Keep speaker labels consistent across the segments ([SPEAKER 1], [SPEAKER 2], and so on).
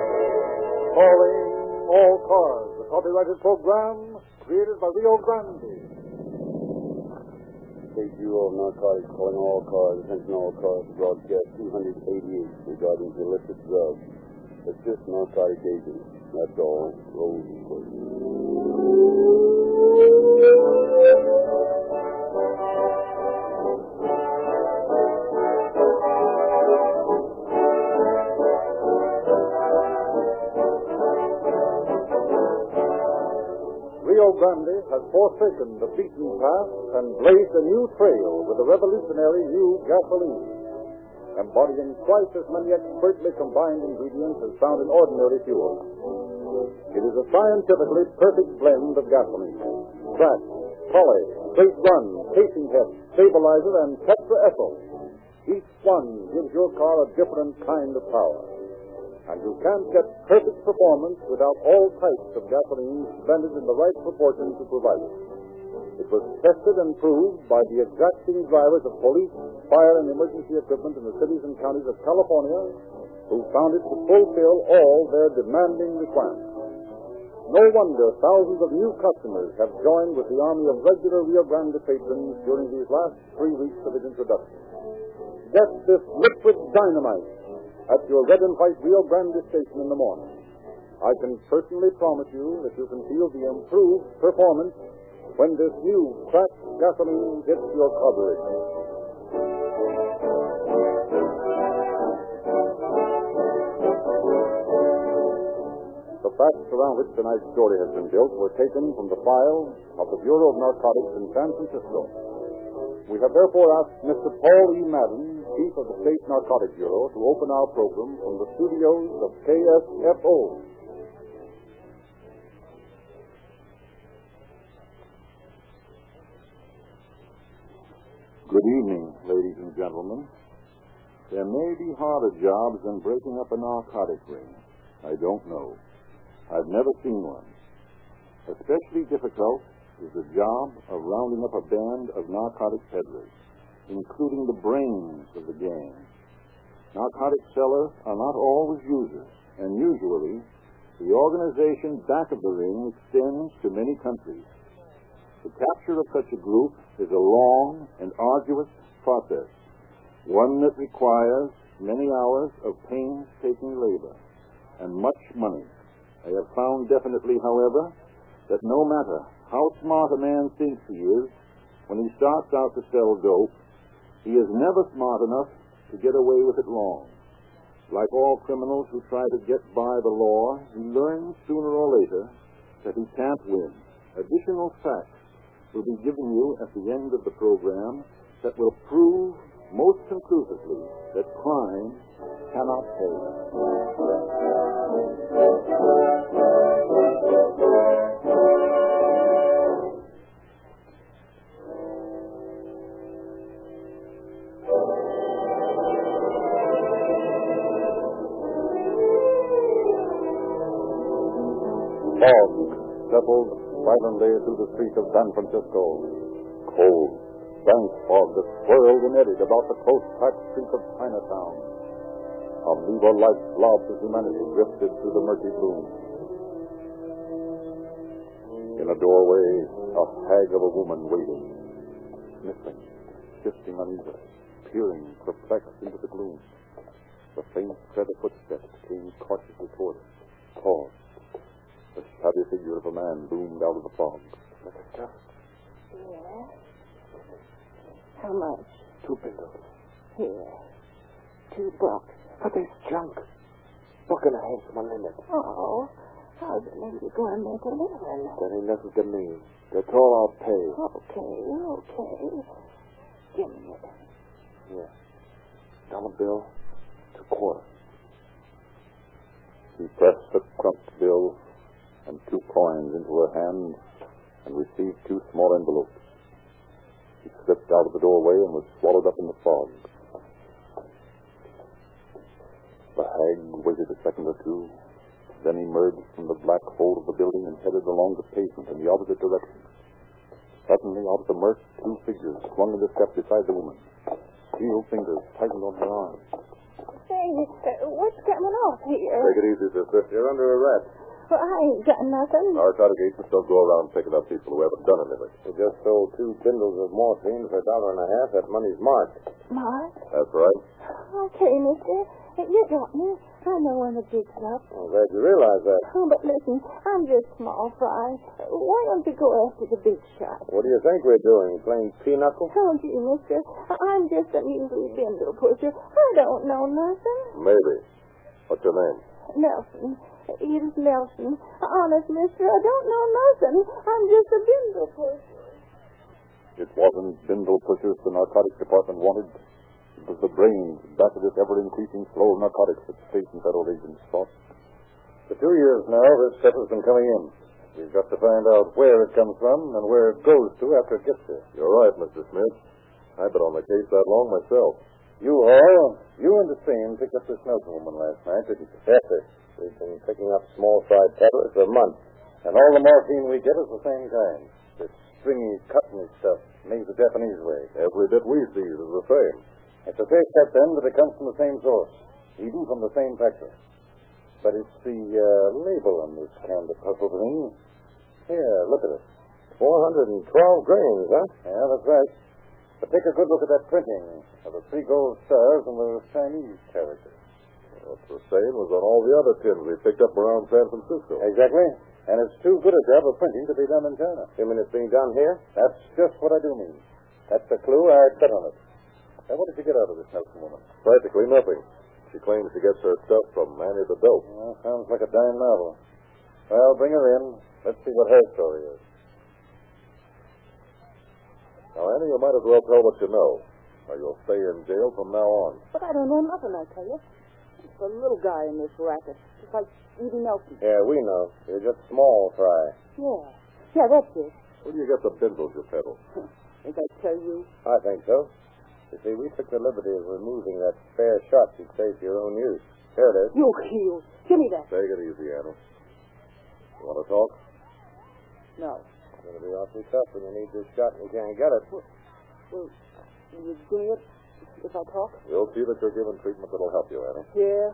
[SPEAKER 1] Calling all cars, the copyrighted program created by Rio Grande.
[SPEAKER 2] KGO narcotics calling all cars, attention all cars, broadcast 288 regarding illicit drugs. Assist narcotic agents. That's all. Roll
[SPEAKER 1] Rio Grande has forsaken the beaten path and blazed a new trail with a revolutionary new gasoline, embodying twice as many expertly combined ingredients as found in ordinary fuel. It is a scientifically perfect blend of gasoline, crack, poly, straight run, casing head, stabilizer, and tetraethyl. Each one gives your car a different kind of power. And you can't get perfect performance without all types of gasoline blended in the right proportion to provide it. It was tested and proved by the exacting drivers of police, fire, and emergency equipment in the cities and counties of California who found it to fulfill all their demanding requirements. No wonder thousands of new customers have joined with the army of regular Rio Grande patrons during these last three weeks of its introduction. Get this liquid dynamite at your red and white Rio Grande station in the morning. I can personally promise you that you can feel the improved performance when this new cracked gasoline hits your carburetor. The facts around which tonight's story has been built were taken from the file of the Bureau of Narcotics in San Francisco. We have therefore asked Mr. Paul E. Madden, Chief of the State Narcotic Bureau, to open our program from the studios of KSFO.
[SPEAKER 2] Good evening, ladies and gentlemen. There may be harder jobs than breaking up a narcotic ring. I don't know. I've never seen one. Especially difficult is the job of rounding up a band of narcotic peddlers, including the brains of the gang. Narcotic sellers are not always users, and usually the organization back of the ring extends to many countries. The capture of such a group is a long and arduous process, one that requires many hours of painstaking labor and much money. I have found definitely, however, that no matter how smart a man thinks he is, when he starts out to sell dope, he is never smart enough to get away with it long. Like all criminals who try to get by the law, he learns sooner or later that he can't win. Additional facts will be given you at the end of the program that will prove most conclusively that crime cannot pay.
[SPEAKER 1] Fog settled silently through the streets of San Francisco. Cold, dank fog that swirled and eddied about the close-packed streets of Chinatown. Amoeba-like blobs of humanity drifted through the murky gloom. In a doorway, a hag of a woman waiting, sniffing, shifting uneasily, peering perplexed into the gloom. The faint tread of footsteps came cautiously toward her. Paused. The shabby figure of a man loomed out of the fog.
[SPEAKER 3] Yeah. How much?
[SPEAKER 1] Two pillows.
[SPEAKER 3] Here. Two bucks.
[SPEAKER 1] But there's junk. What can I have for my limit?
[SPEAKER 3] Oh, how's it make you going to make a living?
[SPEAKER 1] That ain't nothing to me. That's all I'll pay.
[SPEAKER 3] Okay, okay. Give me it.
[SPEAKER 1] Dollar bill, two quarters. He pressed the crumped bill and two coins into her hand and received two small envelopes. He slipped out of the doorway and was swallowed up in the fog. The hag waited a second or two, then emerged from the black hole of the building and headed along the pavement in the opposite direction. Suddenly, out of the murk, two figures swung into step beside the woman. Steel fingers tightened on her arm.
[SPEAKER 4] Say, uh, what's going on here?
[SPEAKER 1] it easy, sister. You're under arrest.
[SPEAKER 4] Well, I ain't got nothing.
[SPEAKER 1] Narcotic agents don't go around picking up people who haven't done anything. We just sold two bindles of morphine for a dollar and a half. That money's marked.
[SPEAKER 4] Mark?
[SPEAKER 1] That's right.
[SPEAKER 4] Okay, Oh, mister. Uh, You got me. I know when the jig's up.
[SPEAKER 1] I'm glad you realize that.
[SPEAKER 4] Oh, but listen, I'm just small fry. Uh, Why don't you go after the big shot?
[SPEAKER 1] What do you think we're doing? Playing pinochle?
[SPEAKER 4] Told you, mister. I- I'm just an easy bindle pusher. I don't know nothing.
[SPEAKER 1] Maybe. What's your name?
[SPEAKER 4] Nelson. Edith Nelson. Honest, mister, I don't know nothing. I'm just a bindle pusher.
[SPEAKER 1] It wasn't bindle pushers the narcotics department wanted. It was the brains back of this ever increasing flow of narcotics that state and federal agents sought. For two years now, this stuff has been coming in. We've got to find out where it comes from and where it goes to after it gets there. You're right, Mr. Smith. I've been on the case that long myself. You all, you and the same picked up this Nelson woman last night, didn't you? Yes, sir. We've been picking up small fried tablets for a month. And all the morphine we get is the same kind. This stringy, cottony stuff made the Japanese way. Every bit we see is the same. It's a fair step then that it comes from the same source, even from the same factory. But it's the uh, label on this kind of puzzle thing. Here, look at it. 412 grains, huh? Yeah, that's right. But take a good look at that printing of the three gold stars and the Chinese character. That's the same as on all the other tins we picked up around San Francisco. Exactly. And it's too good a job of printing to be done in China. You mean it's being done here? That's just what I do mean. That's the clue I bet on it. Now, what did you get out of this Nelson woman? Practically nothing. She claims she gets her stuff from Annie the Dope. sounds like a dime novel. Well, bring her in. Let's see what her story is. Now, Annie, you might as well tell what you know, or you'll stay in jail from now on.
[SPEAKER 5] But I don't know nothing, I tell you. It's the little guy in this racket. It's like Edie Nelson.
[SPEAKER 1] Yeah, we know. You're just small fry.
[SPEAKER 5] Yeah. Yeah, that's it.
[SPEAKER 1] Where do you get the bindles you peddle?
[SPEAKER 5] Did I tell you?
[SPEAKER 1] I think so. You see, we took the liberty of removing that spare shot you saved for your own use. Here it is.
[SPEAKER 5] You heel. Give me that.
[SPEAKER 1] Take it easy, Annie. You want to talk?
[SPEAKER 5] No.
[SPEAKER 1] It's going to be awfully tough when you need this shot and you can't get it.
[SPEAKER 5] Well, will you give me it if I talk?
[SPEAKER 1] We'll see that you're given treatment that'll help you, Annie.
[SPEAKER 5] Yeah.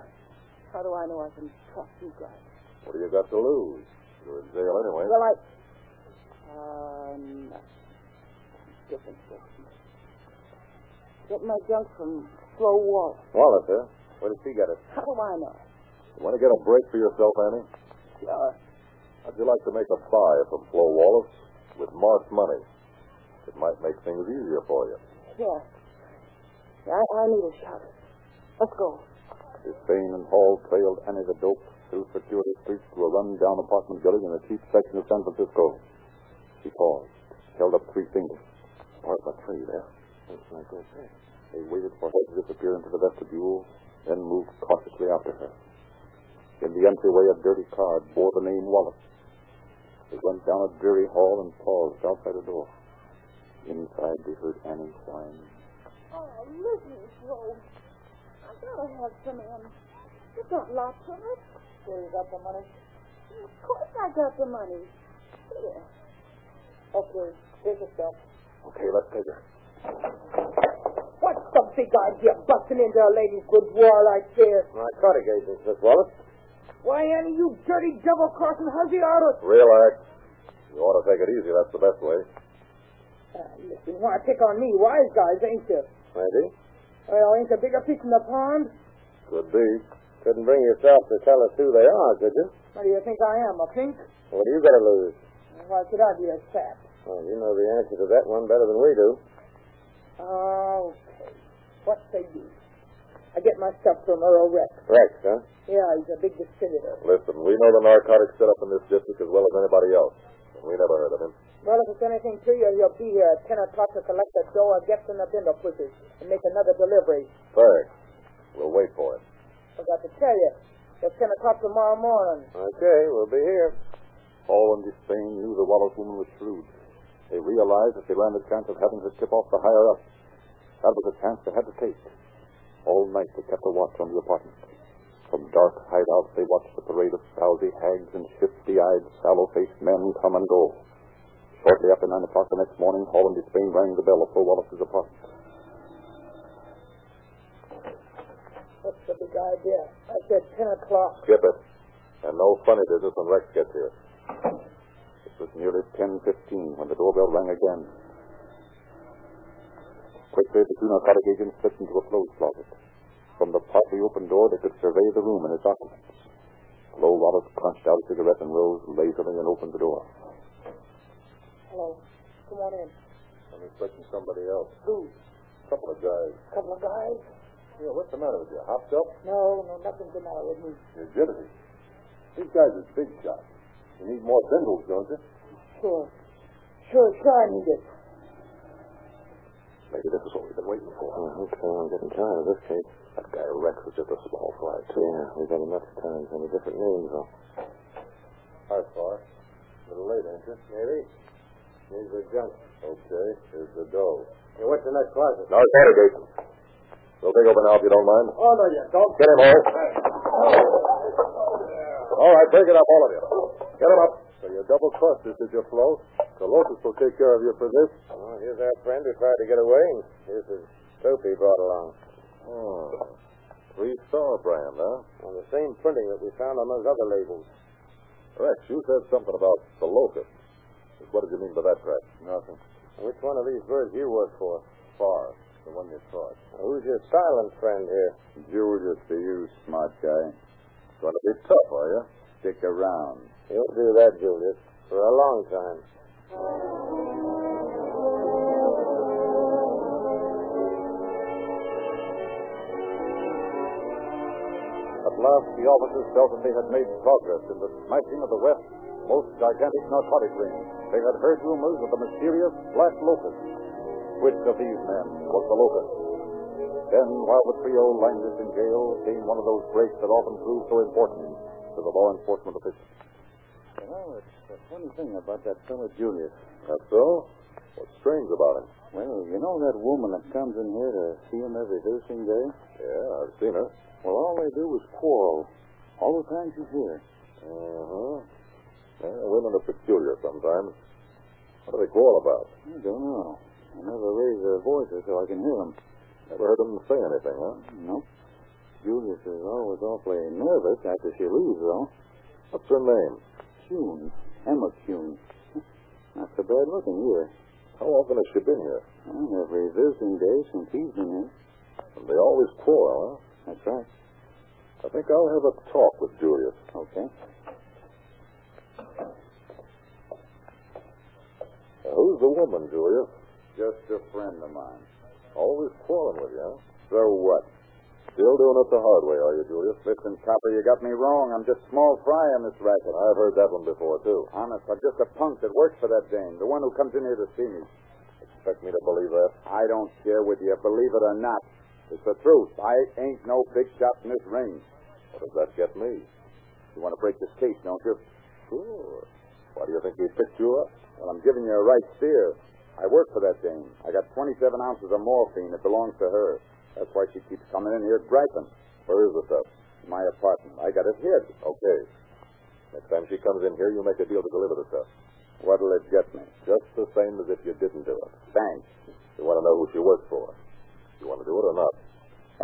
[SPEAKER 5] How do I know I can trust you guys?
[SPEAKER 1] What do you got to lose? You're in jail anyway.
[SPEAKER 5] Well, I... Um, different section. Get my junk from Flo Wallace.
[SPEAKER 1] Wallace, huh? Where did she get it?
[SPEAKER 5] How do I know?
[SPEAKER 1] You want to get a break for yourself, Annie?
[SPEAKER 5] Sure.
[SPEAKER 1] How'd you like to make a buy from Flo Wallace with marked money? It might make things easier for you.
[SPEAKER 5] Yeah. I, I need a shot. Let's go.
[SPEAKER 1] Spain and Hall trailed Annie the Dope through circuitous streets to a run-down apartment building in a cheap section of San Francisco. She paused, held up three fingers. Apartment three there. Looks like good there. They waited for her to disappear into the vestibule, then moved cautiously after her. In the entryway, a dirty card bore the name Wallace. They went down a dreary hall and paused outside a door. Inside, they heard Annie crying.
[SPEAKER 4] Oh, listen, Joe. I gotta have some in. You got lots of it.
[SPEAKER 5] Sure you got the money?
[SPEAKER 4] Of course I got the money. Here.
[SPEAKER 5] Okay. Here's a step.
[SPEAKER 1] Okay, let's take her.
[SPEAKER 5] What's the big idea busting into a lady's boudoir like this?
[SPEAKER 1] Narcotic agents, Miss Wallace.
[SPEAKER 5] Why, Annie, you dirty double-crossing hussy artist!
[SPEAKER 1] Relax. You ought to take it easy. That's the best way.
[SPEAKER 5] Uh, listen, you want to pick on me, wise guys, ain't you?
[SPEAKER 1] Maybe.
[SPEAKER 5] Well, ain't the bigger fish in the pond?
[SPEAKER 1] Could be. Couldn't bring yourself to tell us who they are, could you?
[SPEAKER 5] What do you think I am, a pink?
[SPEAKER 1] What do you got to lose?
[SPEAKER 5] Why should I be a sap?
[SPEAKER 1] Well, you know the answer to that one better than we do.
[SPEAKER 5] Oh, Okay. What say you? I get my stuff from Earl Rex.
[SPEAKER 1] Rex, huh?
[SPEAKER 5] Yeah, he's a big distributor.
[SPEAKER 1] Listen, we know the narcotics setup in this district as well as anybody else. And we never heard of him.
[SPEAKER 5] Well, if it's anything to you, you'll be here at 10 o'clock to collect the dough or get from the window pushes and make another delivery.
[SPEAKER 1] Thanks. We'll wait for him.
[SPEAKER 5] Forgot to tell you, it's 10 o'clock tomorrow morning.
[SPEAKER 1] Okay, we'll be here. All in disdain knew the Wallace woman was shrewd. They realized that they ran the chance of having her tip off the higher up. That was a chance they had to take. All night they kept a watch on the apartment. From dark hideouts they watched the parade of frowsy hags and shifty-eyed, sallow-faced men come and go. Shortly after at 9 o'clock the next morning, Holland Spain rang the bell of Sir Wallace's apartment.
[SPEAKER 5] That's the big idea. I said 10 o'clock.
[SPEAKER 1] Skip it. And no funny business when Rex gets here. It was nearly 10.15 when the doorbell rang again. Quickly, the two narcotic agents slipped into a clothes closet. From the partly open door, they could survey the room and its occupants. Low Wallace crunched out a cigarette and rose lazily and opened the door.
[SPEAKER 5] Hello. Oh, Come on in.
[SPEAKER 1] I'm expecting somebody else.
[SPEAKER 5] Who?
[SPEAKER 1] couple of guys.
[SPEAKER 5] Couple of guys?
[SPEAKER 1] Yeah, what's the matter with you? Hopped up?
[SPEAKER 5] No, no, nothing's the matter with me.
[SPEAKER 1] Rigidity. These guys are big shots. You need more bindles, don't you?
[SPEAKER 5] Sure. Sure, sure I need it.
[SPEAKER 1] Maybe this is what we've been waiting for. I think so. I'm getting tired of this case. That guy Rex was just a small fry, too. Yeah, we've had enough times under different names, though. Hi, Far. A little late, ain't you? Maybe. Here's the junk. Okay, here's the dough. Hey, what's in that closet? No, it's Watergate. We'll take over now if you don't mind.
[SPEAKER 5] Oh, no, you don't.
[SPEAKER 1] Get him, all. All right, break it up, all of you. Get him up. So you double crossed us, did you, Flo? The locusts will take care of you for this.
[SPEAKER 4] Well, Oh, here's our friend who tried to get away, and here's his soap he brought along.
[SPEAKER 1] Oh. Three star brand, huh?
[SPEAKER 4] On the same printing that we found on those other labels.
[SPEAKER 1] Rex, you said something about the locust. What did you mean by that, Rex? Nothing.
[SPEAKER 4] Which one of these birds you work for?
[SPEAKER 1] Far. The one you taught.
[SPEAKER 4] Who's your silent friend here?
[SPEAKER 1] Julius, to you, smart guy. Going to be tough, are you? Stick around.
[SPEAKER 4] You'll do that, Julius, for a long time.
[SPEAKER 1] At last, the officers felt that they had made progress in the smashing of the West's most gigantic narcotic ring. They had heard rumors of the mysterious black locust. Which of these men was the locust? Then, while the trio languished in jail, came one of those breaks that often prove so important to the law enforcement official.
[SPEAKER 4] You know, it's a funny thing about that fellow Julius.
[SPEAKER 1] That's so? What's strange about him?
[SPEAKER 4] Well, you know that woman that comes in here to see him every visiting day?
[SPEAKER 1] Yeah, I've seen her.
[SPEAKER 4] Well, all they do is quarrel. All the time she's here.
[SPEAKER 1] Uh-huh. Yeah, women are peculiar sometimes. What do they quarrel about?
[SPEAKER 4] I don't know. I never raise their voices so I can hear them.
[SPEAKER 1] Never heard them say anything, huh?
[SPEAKER 4] Nope. Julius is always awfully nervous after she leaves, though.
[SPEAKER 1] What's her name?
[SPEAKER 4] Kuhn. Emma Kuhn. Not so bad looking either.
[SPEAKER 1] How often has she been here?
[SPEAKER 4] Well, every visiting day since he's been here.
[SPEAKER 1] They always quarrel,
[SPEAKER 4] That's right.
[SPEAKER 1] huh? I think I'll have a talk with Julius.
[SPEAKER 4] Okay.
[SPEAKER 1] Now, Uh, who's the woman, Julius?
[SPEAKER 4] Just a friend of mine.
[SPEAKER 1] Always quarreling with you, huh?
[SPEAKER 4] So what?
[SPEAKER 1] Still doing it the hard way, are you, Julius?
[SPEAKER 4] Listen, Copper, you got me wrong. I'm just small fry in this racket.
[SPEAKER 1] I've heard that one before, too.
[SPEAKER 4] Honest, I'm just a punk that works for that dame, the one who comes in here to see me.
[SPEAKER 1] Expect me to believe that?
[SPEAKER 4] I don't care whether you believe it or not. It's the truth. I ain't no big shot in this ring.
[SPEAKER 1] What does that get me?
[SPEAKER 4] You want to break this case, don't you?
[SPEAKER 1] Sure. Why do you think he picked you up?
[SPEAKER 4] Well, I'm giving you a right steer. I work for that dame. I got 27 ounces of morphine. It belongs to her. That's why she keeps coming in here griping.
[SPEAKER 1] Where is the stuff?
[SPEAKER 4] in My apartment. I got it hid.
[SPEAKER 1] Okay. Next time she comes in here, you make a deal to deliver the stuff.
[SPEAKER 4] What'll it get me?
[SPEAKER 1] Just the same as if you didn't do it.
[SPEAKER 4] Thanks.
[SPEAKER 1] You want to know who she worked for. You want to do it or not?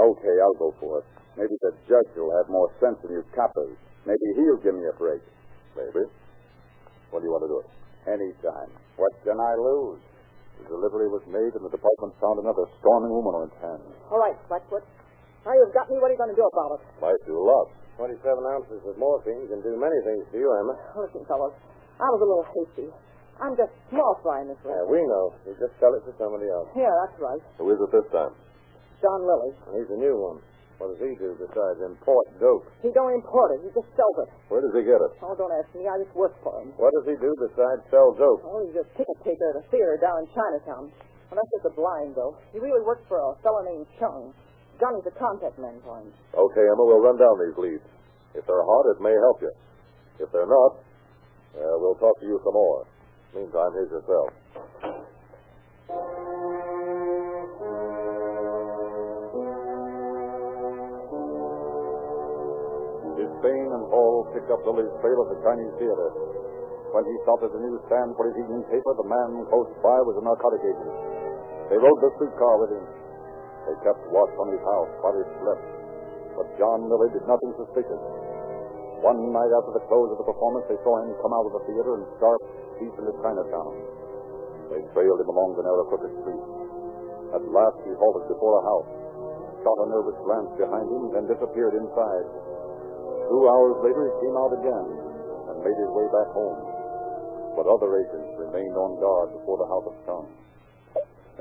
[SPEAKER 4] Okay, I'll go for it. Maybe the judge will have more sense than you coppers. Maybe he'll give me a break.
[SPEAKER 1] Maybe. When do you want to do it?
[SPEAKER 4] Anytime. What can I lose?
[SPEAKER 1] The delivery was made, and the department found another storming woman on its hands.
[SPEAKER 5] All right, Blackfoot. Now you've got me. What are you going to do about it?
[SPEAKER 1] Might do a lot.
[SPEAKER 4] 27 ounces of morphine can do many things to you, Emma.
[SPEAKER 5] Listen, fellows, I was a little hasty. I'm just small fry in this
[SPEAKER 4] Yeah, we
[SPEAKER 5] ring.
[SPEAKER 4] know. You just sell it to somebody else.
[SPEAKER 5] Yeah, that's right.
[SPEAKER 1] Who is it this time?
[SPEAKER 5] John Lilly.
[SPEAKER 4] He's a new one. What does he do besides import dope?
[SPEAKER 5] He don't import it. He just sells it.
[SPEAKER 1] Where does he get it?
[SPEAKER 5] Oh, don't ask me. I just work for him.
[SPEAKER 4] What does he do besides sell dope?
[SPEAKER 5] Oh, he's a ticket taker at a theater down in Chinatown. Well, that's just a blind, though. He really works for a fellow named Chung. Johnny's a contact man for him.
[SPEAKER 1] Okay, Emma, we'll run down these leads. If they're hot, it may help you. If they're not, uh, we'll talk to you some more. Meantime, here's your cell. Did Bain and Hall picked up Lily's trail at the Chinese theater. When he stopped at the newsstand for his evening paper, the man close by was a narcotic agent. They rode the streetcar with him. They kept watch on his house while he slept. But John Lilly did nothing suspicious. One night after the close of the performance, they saw him come out of the theater and start deep into Chinatown. They trailed him along the narrow crooked street. At last, he halted before a house, shot a nervous glance behind him, then disappeared inside. Two hours later, he came out again and made his way back home. But other agents remained on guard before the house of Chung.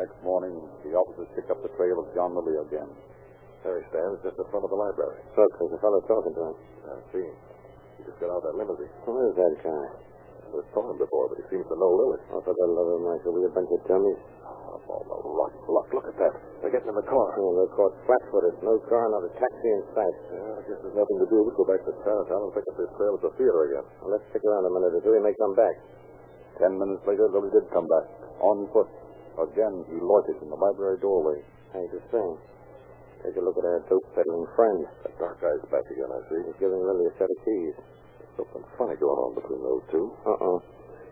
[SPEAKER 1] Next morning, the officers picked up the trail of John Lilly again.
[SPEAKER 4] There he stands, just in front of the library. Look, there's a fellow talking to him. I see. He just got out of that limousine. Who is that guy? Never saw him before, but he seems to know Lily. Oh, for the love of Michael, we a bunch of dummies. Oh, all the luck, luck. Look at that. They're getting in the car. Oh, they're caught flat-footed. No car, not a taxi in sight. Yeah, I guess there's nothing to do. We'll go back to Chinatown and pick up this trail at the theater again. Well, let's stick around a minute or two. He may come back.
[SPEAKER 1] Ten minutes later, Lily did come back, on foot. Again, he loitered in the library doorway.
[SPEAKER 4] Hey, the thing. Take a look at our dope peddling friend.
[SPEAKER 1] That dark guy's back again, I see.
[SPEAKER 4] He's giving Lily a set of keys.
[SPEAKER 1] There's something funny going on between those two.
[SPEAKER 4] Uh-uh.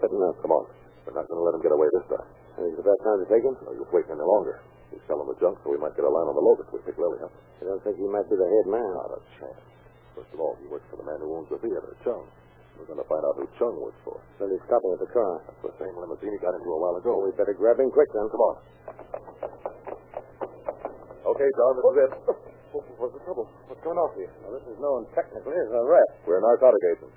[SPEAKER 4] But no,
[SPEAKER 1] Come on. We're not going to let him get away this time.
[SPEAKER 4] and is it about time to take him?
[SPEAKER 1] No, you'll wait any longer. He's selling the junk, so we might get a line on the Logan if we pick Lily up.
[SPEAKER 4] I don't think he might be the head man.
[SPEAKER 1] Not a chance. First of all, he works for the man who owns the theater, Chung. We're going to find out who Chung works for.
[SPEAKER 4] Lily's stopping at the car.
[SPEAKER 1] That's the same limousine he got into a while ago.
[SPEAKER 4] Oh, we better grab him quick then. Come on.
[SPEAKER 1] Okay, John, this is it.
[SPEAKER 4] What's the trouble? What's going on here? Well, this is known technically as an arrest.
[SPEAKER 1] We're narcotic agents.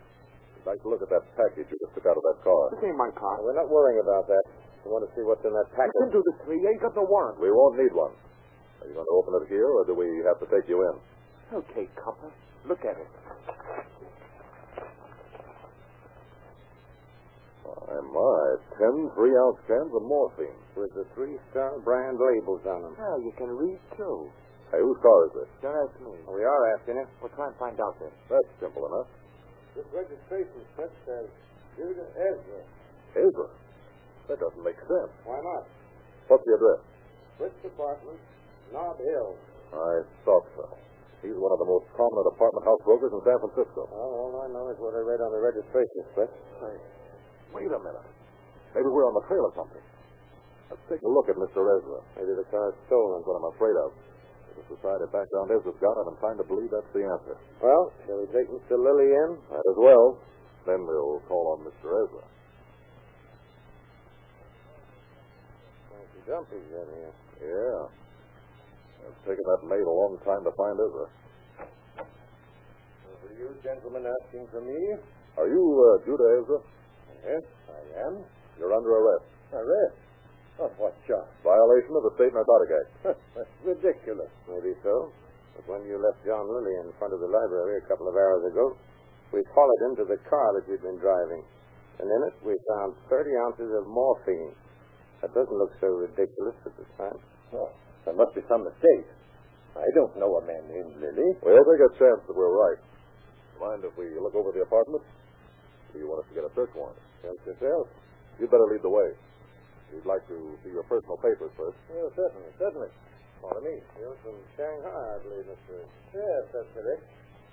[SPEAKER 1] We'd like to look at that package you just took out of that car.
[SPEAKER 4] This ain't my car. We're not worrying about that. We want to see what's in that package.
[SPEAKER 1] You
[SPEAKER 4] can do this to me. You ain't got no warrant.
[SPEAKER 1] We won't need one. Are you going to open it here, or do we have to take you in?
[SPEAKER 4] Okay, copper. Look at it.
[SPEAKER 1] My, my. Ten three-ounce cans of morphine.
[SPEAKER 4] With the three-star brand labels on them.
[SPEAKER 6] Well, you can read too.
[SPEAKER 1] Hey, whose car is this?
[SPEAKER 6] Don't ask me.
[SPEAKER 4] We are after you.
[SPEAKER 6] We'll try and find out then.
[SPEAKER 1] That's simple enough.
[SPEAKER 4] This registration slip says Judah Ezra.
[SPEAKER 1] Ezra. That doesn't make sense.
[SPEAKER 4] Why not?
[SPEAKER 1] What's the address?
[SPEAKER 4] Which department? Nob Hill.
[SPEAKER 1] I thought so. He's one of the most prominent apartment house brokers in San Francisco.
[SPEAKER 4] Well, all I know is what I read on the registration slip.
[SPEAKER 1] Wait a minute. Maybe we're on the trail of something. Let's take a look at Mr. Ezra.
[SPEAKER 4] Maybe the car's stolen.
[SPEAKER 1] That's what I'm afraid of. The society background Ezra's got, and I'm trying to believe that's the answer.
[SPEAKER 4] Well, shall we take Mr. Lilly in?
[SPEAKER 1] That as well. Then we'll call on Mr. Ezra.
[SPEAKER 4] Fancy dumpies in here.
[SPEAKER 1] Yeah. It's taken that maid a long time to find Ezra.
[SPEAKER 4] For you gentlemen asking for me?
[SPEAKER 1] Are you uh, Judah Ezra?
[SPEAKER 4] Yes, I am.
[SPEAKER 1] You're under arrest.
[SPEAKER 4] Arrest? On what charge?
[SPEAKER 1] Violation of the State Narcotic Act.
[SPEAKER 4] That's ridiculous. Maybe so. But when you left John Lilly in front of the library a couple of hours ago, we followed him to the car that you'd been driving. And in it, we found 30 ounces of morphine. That doesn't look so ridiculous at this time.
[SPEAKER 7] Oh, there must be some mistake. I don't know a man named Lilly.
[SPEAKER 1] We'll take a chance that we're right. Mind if we look over the apartment? Do you want us to get a search warrant?
[SPEAKER 4] Don't yourself.
[SPEAKER 1] You'd better lead the way. We'd like to see your personal papers first.
[SPEAKER 4] Well, certainly, certainly. Follow me. You're from Shanghai, I believe, Mr. Yes, that's correct.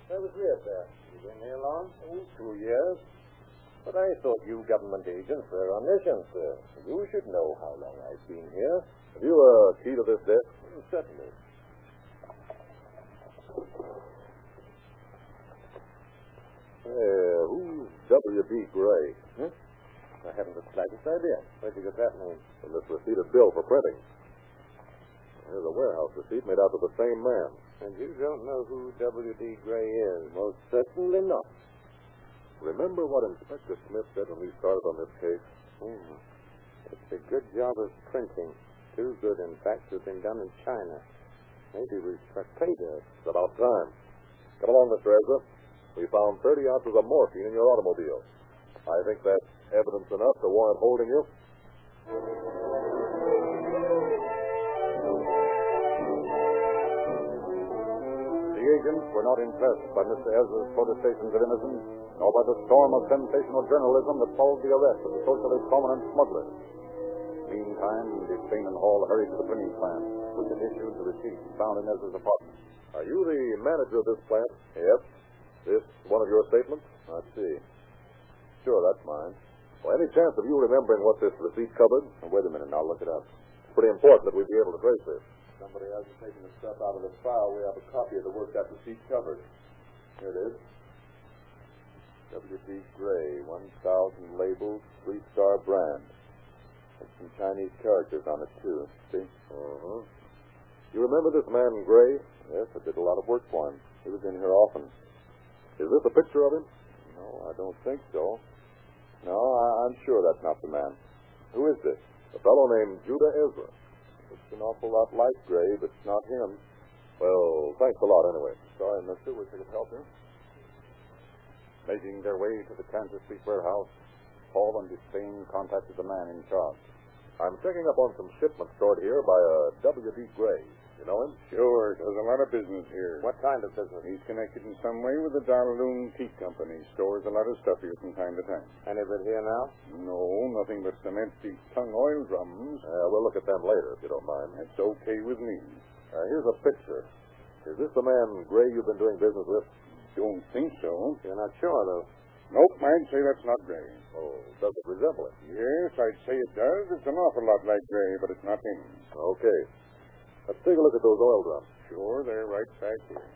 [SPEAKER 4] That was we up there. You been here long?
[SPEAKER 7] Oh, two years. But I thought you government agents were omniscient, sir. You should know how long I've been here.
[SPEAKER 1] Have you a key to this desk?
[SPEAKER 4] Oh,
[SPEAKER 7] Certainly. Uh,
[SPEAKER 1] Yeah, who's W.B. Gray?
[SPEAKER 7] I haven't the slightest idea.
[SPEAKER 4] Hmm? Where'd you get that name?
[SPEAKER 1] From this receipted bill for printing. Here's a warehouse receipt made out to the same man.
[SPEAKER 4] And you don't know who W.D. Gray is.
[SPEAKER 7] Most certainly not.
[SPEAKER 1] Remember what Inspector Smith said when we started on this case?
[SPEAKER 4] Mm. It's a good job of printing. Too good, in fact, to have been done in China. Maybe we struck pay dirt.
[SPEAKER 1] It's about time. Come along, Mr. Ezra. We found 30 ounces of morphine in your automobile. I think that's evidence enough to warrant holding you. The agents were not impressed by Mr. Ezra's protestations of innocence, nor by the storm of sensational journalism that followed the arrest of the socially prominent smuggler. Meantime, Dixane and Hall hurried to the printing plant, which had issued the receipt found in Ezra's apartment. Are you the manager of this plant? Yes. This one of your statements? I see. Sure, that's mine. Well, any chance of you remembering what this receipt covered? Now, wait a minute, I'll look it up. It's pretty important that we be able to trace this.
[SPEAKER 8] Somebody hasn't taken the stuff out of the file. We have a copy of the work that receipt covered. Here it is.
[SPEAKER 1] W.D. Gray, 1,000 labels, three-star brand. And some Chinese characters on it, too. See? Uh-huh. You remember this man, Gray? Yes, I did a lot of work for him. He was in here often. Is this a picture of him? No, I don't think so. No, I, I'm sure that's not the man. Who is this? A fellow named Judah Ezra. Looks an awful lot like Gray, but it's not him. Well, thanks a lot, anyway. Sorry, mister. Wish I could help you.
[SPEAKER 9] Making their way to the Kansas City warehouse, Paul and Despain contacted the man in charge.
[SPEAKER 1] I'm checking up on some shipments stored here by a W.D. Gray. You know him?
[SPEAKER 9] Sure, does a lot of business here.
[SPEAKER 4] What kind of business?
[SPEAKER 9] He's connected in some way with the Darloon Tea Company. Stores a lot of stuff here from time to time.
[SPEAKER 4] Any of it here now?
[SPEAKER 9] No, nothing but some empty tongue oil drums.
[SPEAKER 1] Uh, we'll look at them later, if you don't mind.
[SPEAKER 9] That's okay with me.
[SPEAKER 1] Uh, here's a picture. Is this the man Gray you've been doing business with?
[SPEAKER 9] Don't think so.
[SPEAKER 4] You're not sure, though.
[SPEAKER 9] Nope, I'd say that's not Gray.
[SPEAKER 1] Oh, does it resemble him?
[SPEAKER 9] Yes, I'd say it does. It's an awful lot like Gray, but it's not him.
[SPEAKER 1] Okay. Let's take a look at those oil drums.
[SPEAKER 9] Sure, they're right back here.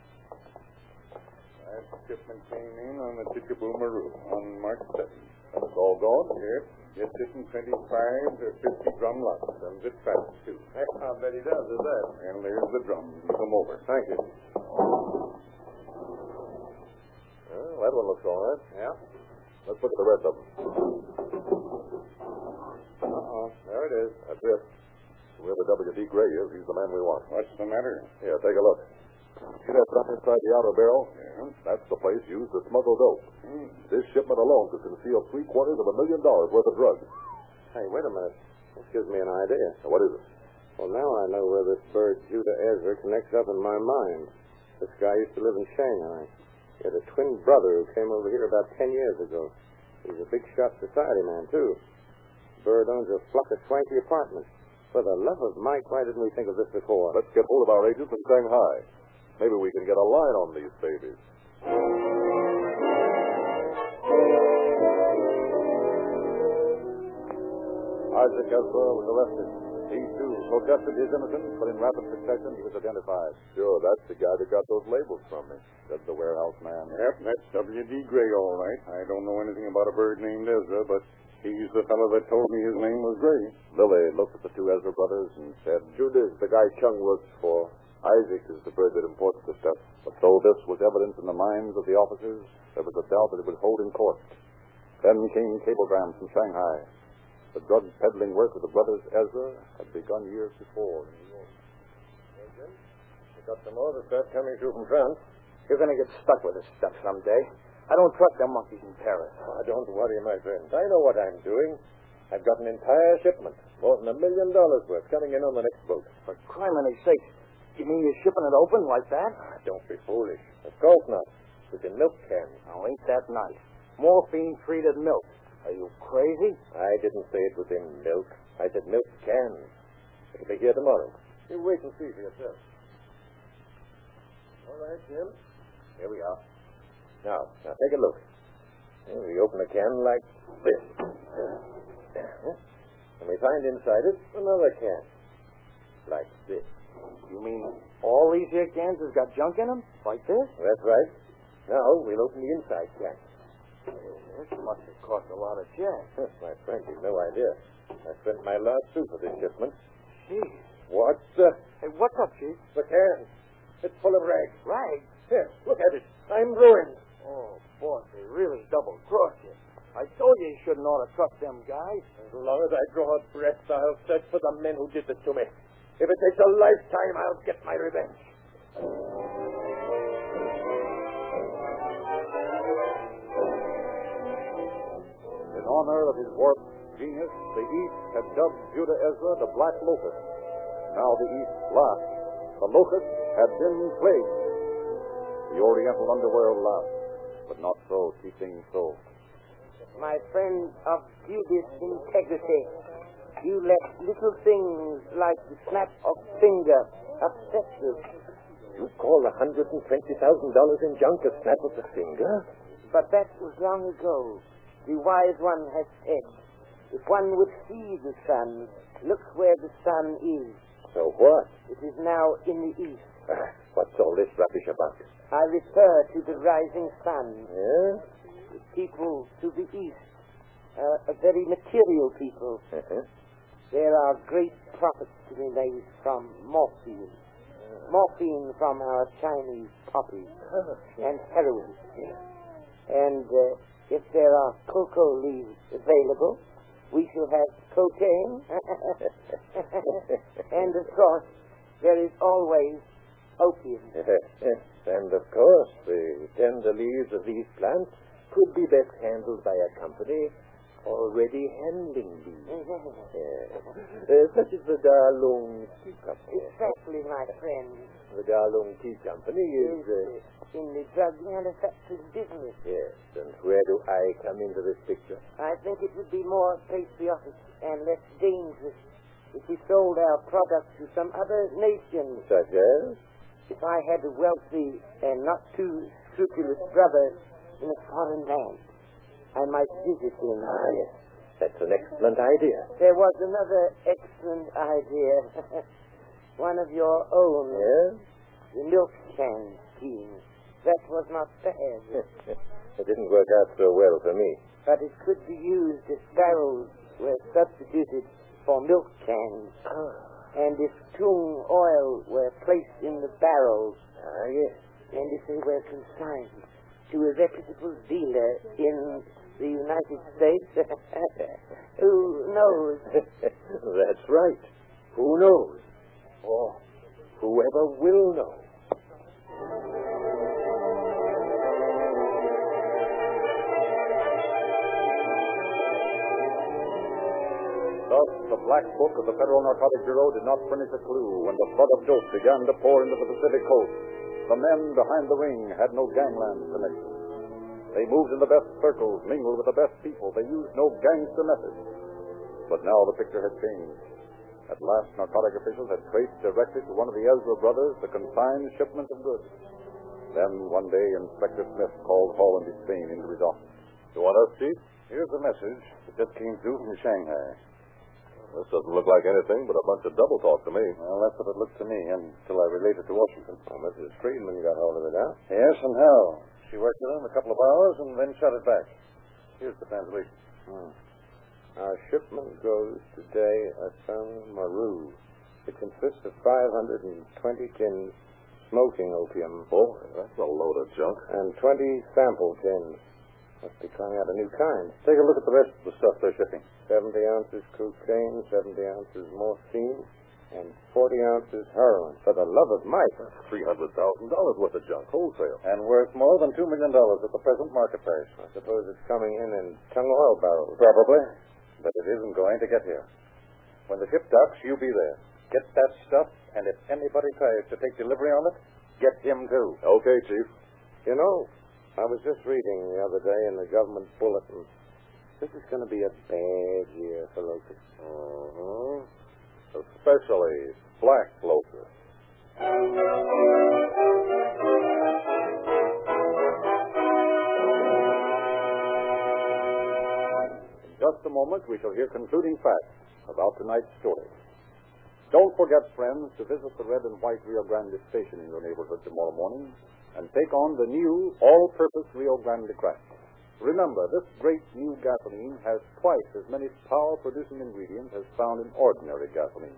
[SPEAKER 9] Last shipment came in on the Chickabooma route on March 7th.
[SPEAKER 1] It's all gone?
[SPEAKER 9] Yep, gets it in 25 or 50 drum lots. Comes it fast, too.
[SPEAKER 4] I bet he does, is that?
[SPEAKER 9] And there's the drums. Look 'em over.
[SPEAKER 1] Thank you. Well, that one looks all right.
[SPEAKER 4] Yeah.
[SPEAKER 1] Let's look at the rest of them.
[SPEAKER 4] Uh-oh. There it is.
[SPEAKER 1] That's it. Whoever W.D. Gray is, he's the man we want.
[SPEAKER 9] What's the matter?
[SPEAKER 1] Here, take a look. See that stuff inside the outer barrel?
[SPEAKER 9] Yeah.
[SPEAKER 1] That's the place used to smuggle dope.
[SPEAKER 9] Hmm.
[SPEAKER 1] This shipment alone could conceal three quarters of a million dollars worth of drugs.
[SPEAKER 4] Hey, wait a minute. This gives me an idea.
[SPEAKER 1] Now, what is it?
[SPEAKER 4] Well, now I know where this bird Judah Ezra connects up in my mind. This guy used to live in Shanghai. He had a twin brother who came over here about ten years ago. He's a big shot society man, too. Bird owns a flock of swanky apartments. For the love of Mike, why didn't we think of this before?
[SPEAKER 1] Let's get hold of our agents in Shanghai. Maybe we can get a line on these babies.
[SPEAKER 9] Isaac Ezra was arrested. He, too, protested his innocence, but in rapid succession he was identified.
[SPEAKER 1] Sure, that's the guy that got those labels from me. That's the warehouse man.
[SPEAKER 9] Yep, that's W.D. Gray, all right. I don't know anything about a bird named Ezra, but he's the fellow that told me his name was Gray.
[SPEAKER 1] Lily looked at the two Ezra brothers and said, Judah is the guy Chung works for. Isaac is the bird that imports the stuff. But though this was evidence in the minds of the officers, there was a doubt that it would hold in court. Then came cablegrams from Shanghai. The drug peddling work of the brothers Ezra had begun years before in New York.
[SPEAKER 8] We got some more of the stuff coming through from France.
[SPEAKER 4] You're going to get stuck with this stuff someday. I don't trust them monkeys in Paris.
[SPEAKER 8] I Oh, don't worry, my friend. I know what I'm doing. I've got an entire shipment, more than a million dollars worth, coming in on the next boat.
[SPEAKER 4] For crime's sake. You mean you're shipping it open like that?
[SPEAKER 8] Ah, don't be foolish. Of course not. With the milk can.
[SPEAKER 4] Oh, ain't that nice? Morphine treated milk. Are you crazy?
[SPEAKER 8] I didn't say it was in milk. I said milk can. It'll be here tomorrow. You wait and see for yourself. All right, Jim. Here we are. Now, now take a look. Here we open a can like this. Huh? And we find inside it another can. Like this.
[SPEAKER 4] You mean all these here cans has got junk in 'em, Like this?
[SPEAKER 8] That's right. Now we'll open the inside can.
[SPEAKER 4] This must have cost a lot of cash.
[SPEAKER 8] Huh, my friend, you've no idea. I spent my last sou for this shipment.
[SPEAKER 4] Gee.
[SPEAKER 8] What? Uh,
[SPEAKER 4] Hey, what's up, Chief?
[SPEAKER 8] the can. It's full of rags.
[SPEAKER 4] Rags?
[SPEAKER 8] Here, look at it. I'm ruined.
[SPEAKER 4] Oh, boss, they really double-crossed you. I told you you shouldn't ought to trust them guys.
[SPEAKER 8] As long as I draw a breath, I'll search for the men who did this to me. If it takes a lifetime, I'll get my revenge.
[SPEAKER 10] In honor of his warped genius, the East had dubbed Judah Ezra the Black Locust. Now the East laughed. The Locust had been plagued. The Oriental underworld laughed, but not so Keating's soul.
[SPEAKER 5] my friend of dubious integrity. You let little things like the snap of finger upset you.
[SPEAKER 8] You call a $120,000 in junk a snap of the finger?
[SPEAKER 5] But that was long ago. the wise one has said, if one would see the sun, look where the sun is.
[SPEAKER 11] So what?
[SPEAKER 5] It is now in the east.
[SPEAKER 11] What's all this rubbish about?
[SPEAKER 5] I refer to the rising sun.
[SPEAKER 11] Yeah?
[SPEAKER 5] The people to the east are a very material people. There are great profits to be made from morphine. Morphine from our Chinese poppies and heroin. And uh, if there are cocoa leaves available, we shall have cocaine. and of course, there is always opium.
[SPEAKER 11] and of course, the tender leaves of these plants could be best handled by a company already handling these. Yes. Uh, such as the Darlung Tea Company.
[SPEAKER 5] Exactly, my friend.
[SPEAKER 11] The Darlung Tea Company is. Uh,
[SPEAKER 5] In the drug manufacturing business,
[SPEAKER 11] yes, and where do I come into this picture?
[SPEAKER 5] I think it would be more patriotic and less dangerous if we sold our products to some other nation.
[SPEAKER 11] Such as?
[SPEAKER 5] If I had a wealthy and not too scrupulous brother in a foreign land, I might visit him.
[SPEAKER 11] Ah, yes. That's an excellent idea.
[SPEAKER 5] There was another excellent idea. One of your own.
[SPEAKER 11] Yes?
[SPEAKER 5] The milk can scheme. That was not bad.
[SPEAKER 11] It didn't work out so well for me.
[SPEAKER 5] but it could be used if barrels were substituted for milk cans,
[SPEAKER 11] Ah.
[SPEAKER 5] and if tung oil were placed in the barrels,
[SPEAKER 11] Ah, yes.
[SPEAKER 5] and if they were consigned to a reputable dealer in the United States, who knows?
[SPEAKER 11] That's right. Who knows? Or whoever will know.
[SPEAKER 1] Thus, the black book of the Federal Narcotic Bureau did not furnish a clue when the flood of dope began to pour into the Pacific coast. The men behind the ring had no gangland connection. They moved in the best circles, mingled with the best people. They used no gangster methods. But now the picture had changed. At last, narcotic officials had traced directly to one of the Ezra brothers the consigned shipment of goods. Then one day, Inspector Smith called Hall and Spain into his office. You want us, Chief? Here's a message that just came through from Shanghai.
[SPEAKER 12] This doesn't look like anything but a bunch of double talk to me.
[SPEAKER 2] Well, that's what it looked to me until I relayed it to Washington.
[SPEAKER 1] Oh,
[SPEAKER 11] Well, Mrs. Friedman got hold of it, huh?
[SPEAKER 2] Yes, and how? She worked it in a couple of hours and then shut it back. Here's the translation.
[SPEAKER 4] Hmm. Our shipment goes today a Sun Maru. It consists of 520 tins smoking opium.
[SPEAKER 12] Boy, that's a load of junk.
[SPEAKER 4] And 20 sample tins. Must be trying out a new kind.
[SPEAKER 2] Take a look at the rest of the stuff they're shipping.
[SPEAKER 4] 70 ounces cocaine, 70 ounces morphine, and 40 ounces heroin. For the love of Mike!
[SPEAKER 12] $300,000 worth of junk, wholesale.
[SPEAKER 2] And worth more than $2 million at the present market price.
[SPEAKER 4] I suppose it's coming in in tung oil barrels.
[SPEAKER 2] Probably. But it isn't going to get here. When the ship docks, you be there. Get that stuff, and if anybody tries to take delivery on it, get him too.
[SPEAKER 12] Okay, Chief.
[SPEAKER 4] You know, I was just reading the other day in the government bulletin. This is going to be a bad year for locusts.
[SPEAKER 12] Mm-hmm. Especially black locusts.
[SPEAKER 1] In just a moment, we shall hear concluding facts about tonight's story. Don't forget, friends, to visit the red and white Rio Grande station in your neighborhood tomorrow morning and take on the new all purpose Rio Grande crack. Remember, this great new gasoline has twice as many power producing ingredients as found in ordinary gasoline.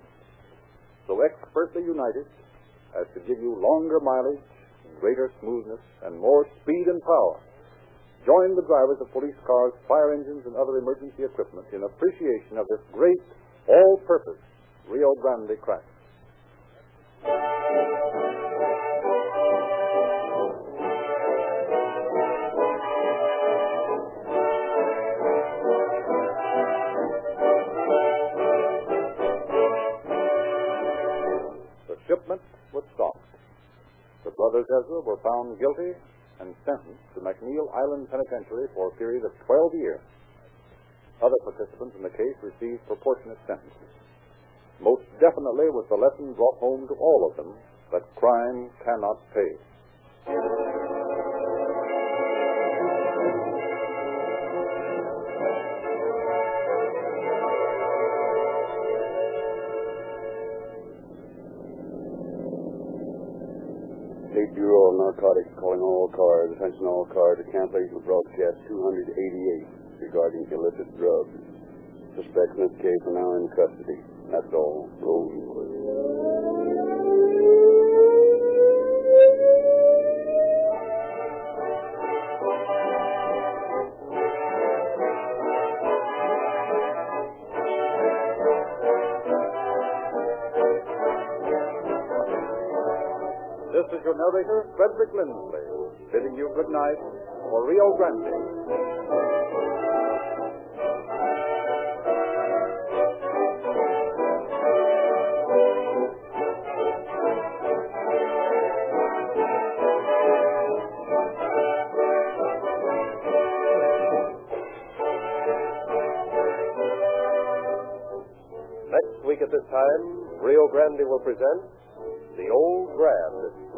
[SPEAKER 1] So expertly united as to give you longer mileage, greater smoothness, and more speed and power. Join the drivers of police cars, fire engines, and other emergency equipment in appreciation of this great, all purpose Rio Grande crack. The shipment was stopped. The brothers Ezra were found guilty and sentenced to McNeil Island Penitentiary for a period of 12 years. Other participants in the case received proportionate sentences. Most definitely was the lesson brought home to all of them that crime cannot pay.
[SPEAKER 4] State Bureau of Narcotics calling all cars, attention all cars, to cancellation of broadcast 288 regarding illicit drugs. Suspects in this case are now in custody. That's all. Go Eagles.
[SPEAKER 13] This is your narrator, Frederick Lindsley, bidding you good night for Rio Grande.
[SPEAKER 1] Next week at this time, Rio Grande will present The Old Grand